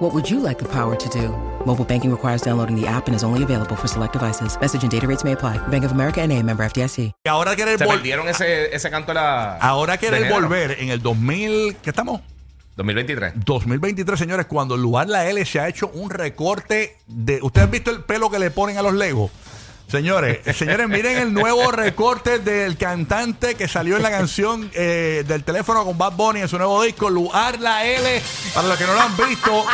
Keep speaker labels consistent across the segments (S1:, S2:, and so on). S1: What would you like the power to do? Mobile banking requires downloading the app and is only available for select devices. Message and data rates may apply. Bank of America and a member FDIC.
S2: Y ahora querer,
S3: Se
S2: vol-
S3: perdieron ese, ese canto de la.
S2: ahora
S3: de
S2: querer
S3: enero.
S2: volver en el 2000, ¿qué estamos?
S3: 2023.
S2: 2023, señores, cuando el lugar La L se ha hecho un recorte de... ¿Ustedes han visto el pelo que le ponen a los Legos? Señores, eh, señores, miren el nuevo recorte del cantante que salió en la canción eh, del teléfono con Bad Bunny en su nuevo disco, Luar La L, para los que no lo han visto.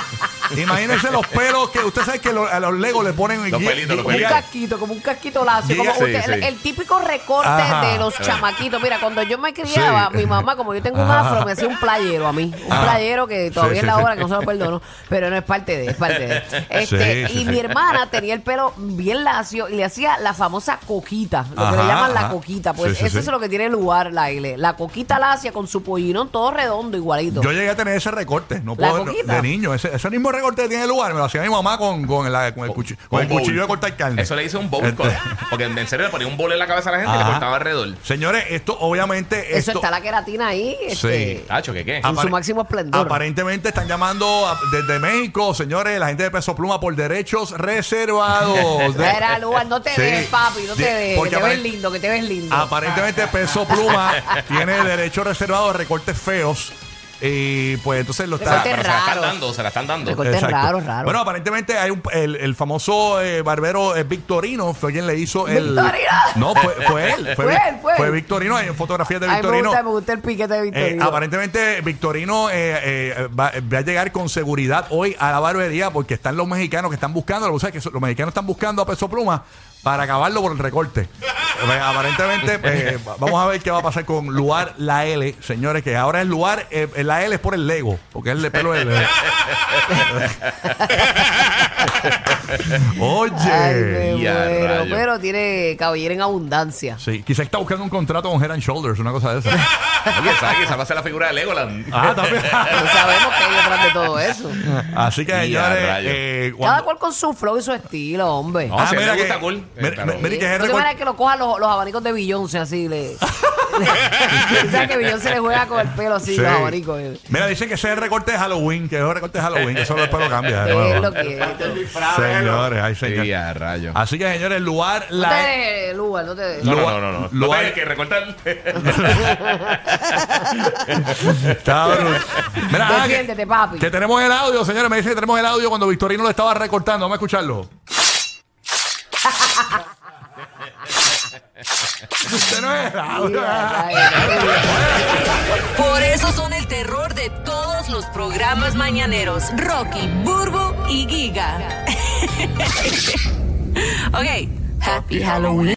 S2: Imagínense los pelos que ustedes saben que lo- a los Legos le ponen...
S3: Los
S2: gui-
S3: pelitos, los
S2: gui-
S3: pelitos.
S2: gui-
S4: casquito, como un casquito lacio,
S2: Llega-
S4: como
S3: Sí,
S4: usted- el,
S3: sí.
S4: el típico recorte
S2: Ajá. Eh.
S4: de los chamaquitos. Mira, cuando yo me criaba,
S2: Sí.
S4: mi mamá, como yo tengo un
S2: Ajá.
S4: afro, me hacía un playero a mí. Un
S2: Ajá.
S4: playero que todavía
S2: Sí,
S4: es la
S2: sí,
S4: hora
S2: sí.
S4: que no se lo perdono, pero no es parte de, es parte de. Este,
S2: Sí, sí, sí.
S4: y mi hermana tenía el pelo bien lacio y le hacía la famosa coquita, lo que
S2: Ajá,
S4: le llaman la
S2: ajá.
S4: coquita. Pues
S2: Sí, sí,
S4: eso
S2: sí.
S4: es lo que tiene lugar la L. La coquita lacia con su pollinón todo redondo, igualito.
S2: Yo llegué a tener ese recorte, no
S4: La
S2: puedo, no-
S4: coquita.
S2: de niño, ese, ese mismo recorte que tiene lugar, me lo hacía mi mamá con, con, la- con el, cuchillo, con el
S3: Un bowl.
S2: cuchillo de cortar carne.
S3: Eso le hizo un bowl.
S2: Este-
S3: cut. Porque en serio le ponía un bol en la cabeza a la gente y
S2: Ajá.
S3: le cortaba alrededor.
S2: Señores, esto obviamente...
S4: eso
S2: esto,
S4: está la queratina ahí. Este,
S2: Sí. Ah,
S3: Tacho, ¿qué qué?
S4: en su
S2: Apare-
S4: máximo esplendor.
S2: Aparentemente están llamando a- desde México, señores, la gente de Peso Pluma por derechos reservados. De-
S4: Era lugar, no te
S2: Sí.
S4: ves, papi, no te
S2: De-
S4: ves. Que
S2: porque ah,
S4: te ves
S2: apare-
S4: lindo, que te ves lindo.
S2: Aparentemente Peso Pluma tiene derechos reservados de recortes feos y pues entonces lo está...
S4: Recortes
S3: se la están
S4: raro.
S3: dando, se la están dando.
S4: Recorte- raro, raro.
S2: Bueno, aparentemente hay un- el, el famoso eh, barbero eh, Victorino, fue quien le hizo el...
S4: ¿Victorino?
S2: No, fue, fue él. Fue,
S4: Fue él, fue él.
S2: Victorino, hay fotografías de
S4: Ay, me
S2: Victorino.
S4: gusta, me gusta el piquete de
S2: Eh,
S4: Victorino.
S2: aparentemente Victorino eh, eh, va, va a llegar con seguridad hoy a la barbería porque están los mexicanos que están buscando, lo que pasa es que so- los mexicanos están buscando a Peso Pluma para acabarlo por el recorte. Eh, aparentemente eh, va- vamos a ver qué va a pasar con Luar La L, señores, que ahora es Luar, eh, La L es por el Lego, porque es el de pelo de bebé. Oye.
S4: Ay, me
S3: Ya,
S4: muero,
S3: rayo.
S4: pero tiene cabellera en abundancia.
S2: Sí, quizás está buscando un contrato con Head and Shoulders, una cosa de esa.
S3: Oye, ¿sabes? Esa va a ser la figura de Legoland.
S2: ah, también.
S4: No sabemos qué hay detrás de todo eso.
S2: Así que,
S3: Ya,
S2: señores,
S3: rayo.
S2: eh,
S4: Cada
S2: cuando-
S4: cual Ah, con su flow y su estilo, hombre.
S3: No, si a él le gusta, cool.
S2: mira-
S3: Eh, claro.
S2: mira- mira que es
S4: no te
S2: recor-
S4: imaginas que lo cojan los, los abanicos de Beyoncé así. Le, le- ¿Sabes que Beyoncé le juega con el pelo así,
S2: Sí.
S4: los abanicos? eh.
S2: Mira, dicen que ese es el recorte de Halloween, que es el recorte de Halloween, que eso después lo cambia. de
S4: Es
S2: nuevo.
S4: lo que es.
S2: Señores, ay,
S3: Sí,
S2: señores. Ah,
S3: a rayo.
S2: Así que, señores, lugar
S4: No te
S2: la... e-
S4: dejes, Lugar, no te dejes.
S3: No,
S2: Lugar-
S3: no, no, no. No,
S2: lugar-
S3: tengas que recortar.
S2: Está brutal. Mira, ah, que,
S4: Defiéndete, papi.
S2: que tenemos el audio, señores. Me dicen que tenemos el audio cuando Victorino lo estaba recortando. Vamos a escucharlo. Usted no es el audio.
S5: Por eso son el terror de todos los programas mañaneros. Rocky, Burbo y Giga. ok. Happy Halloween.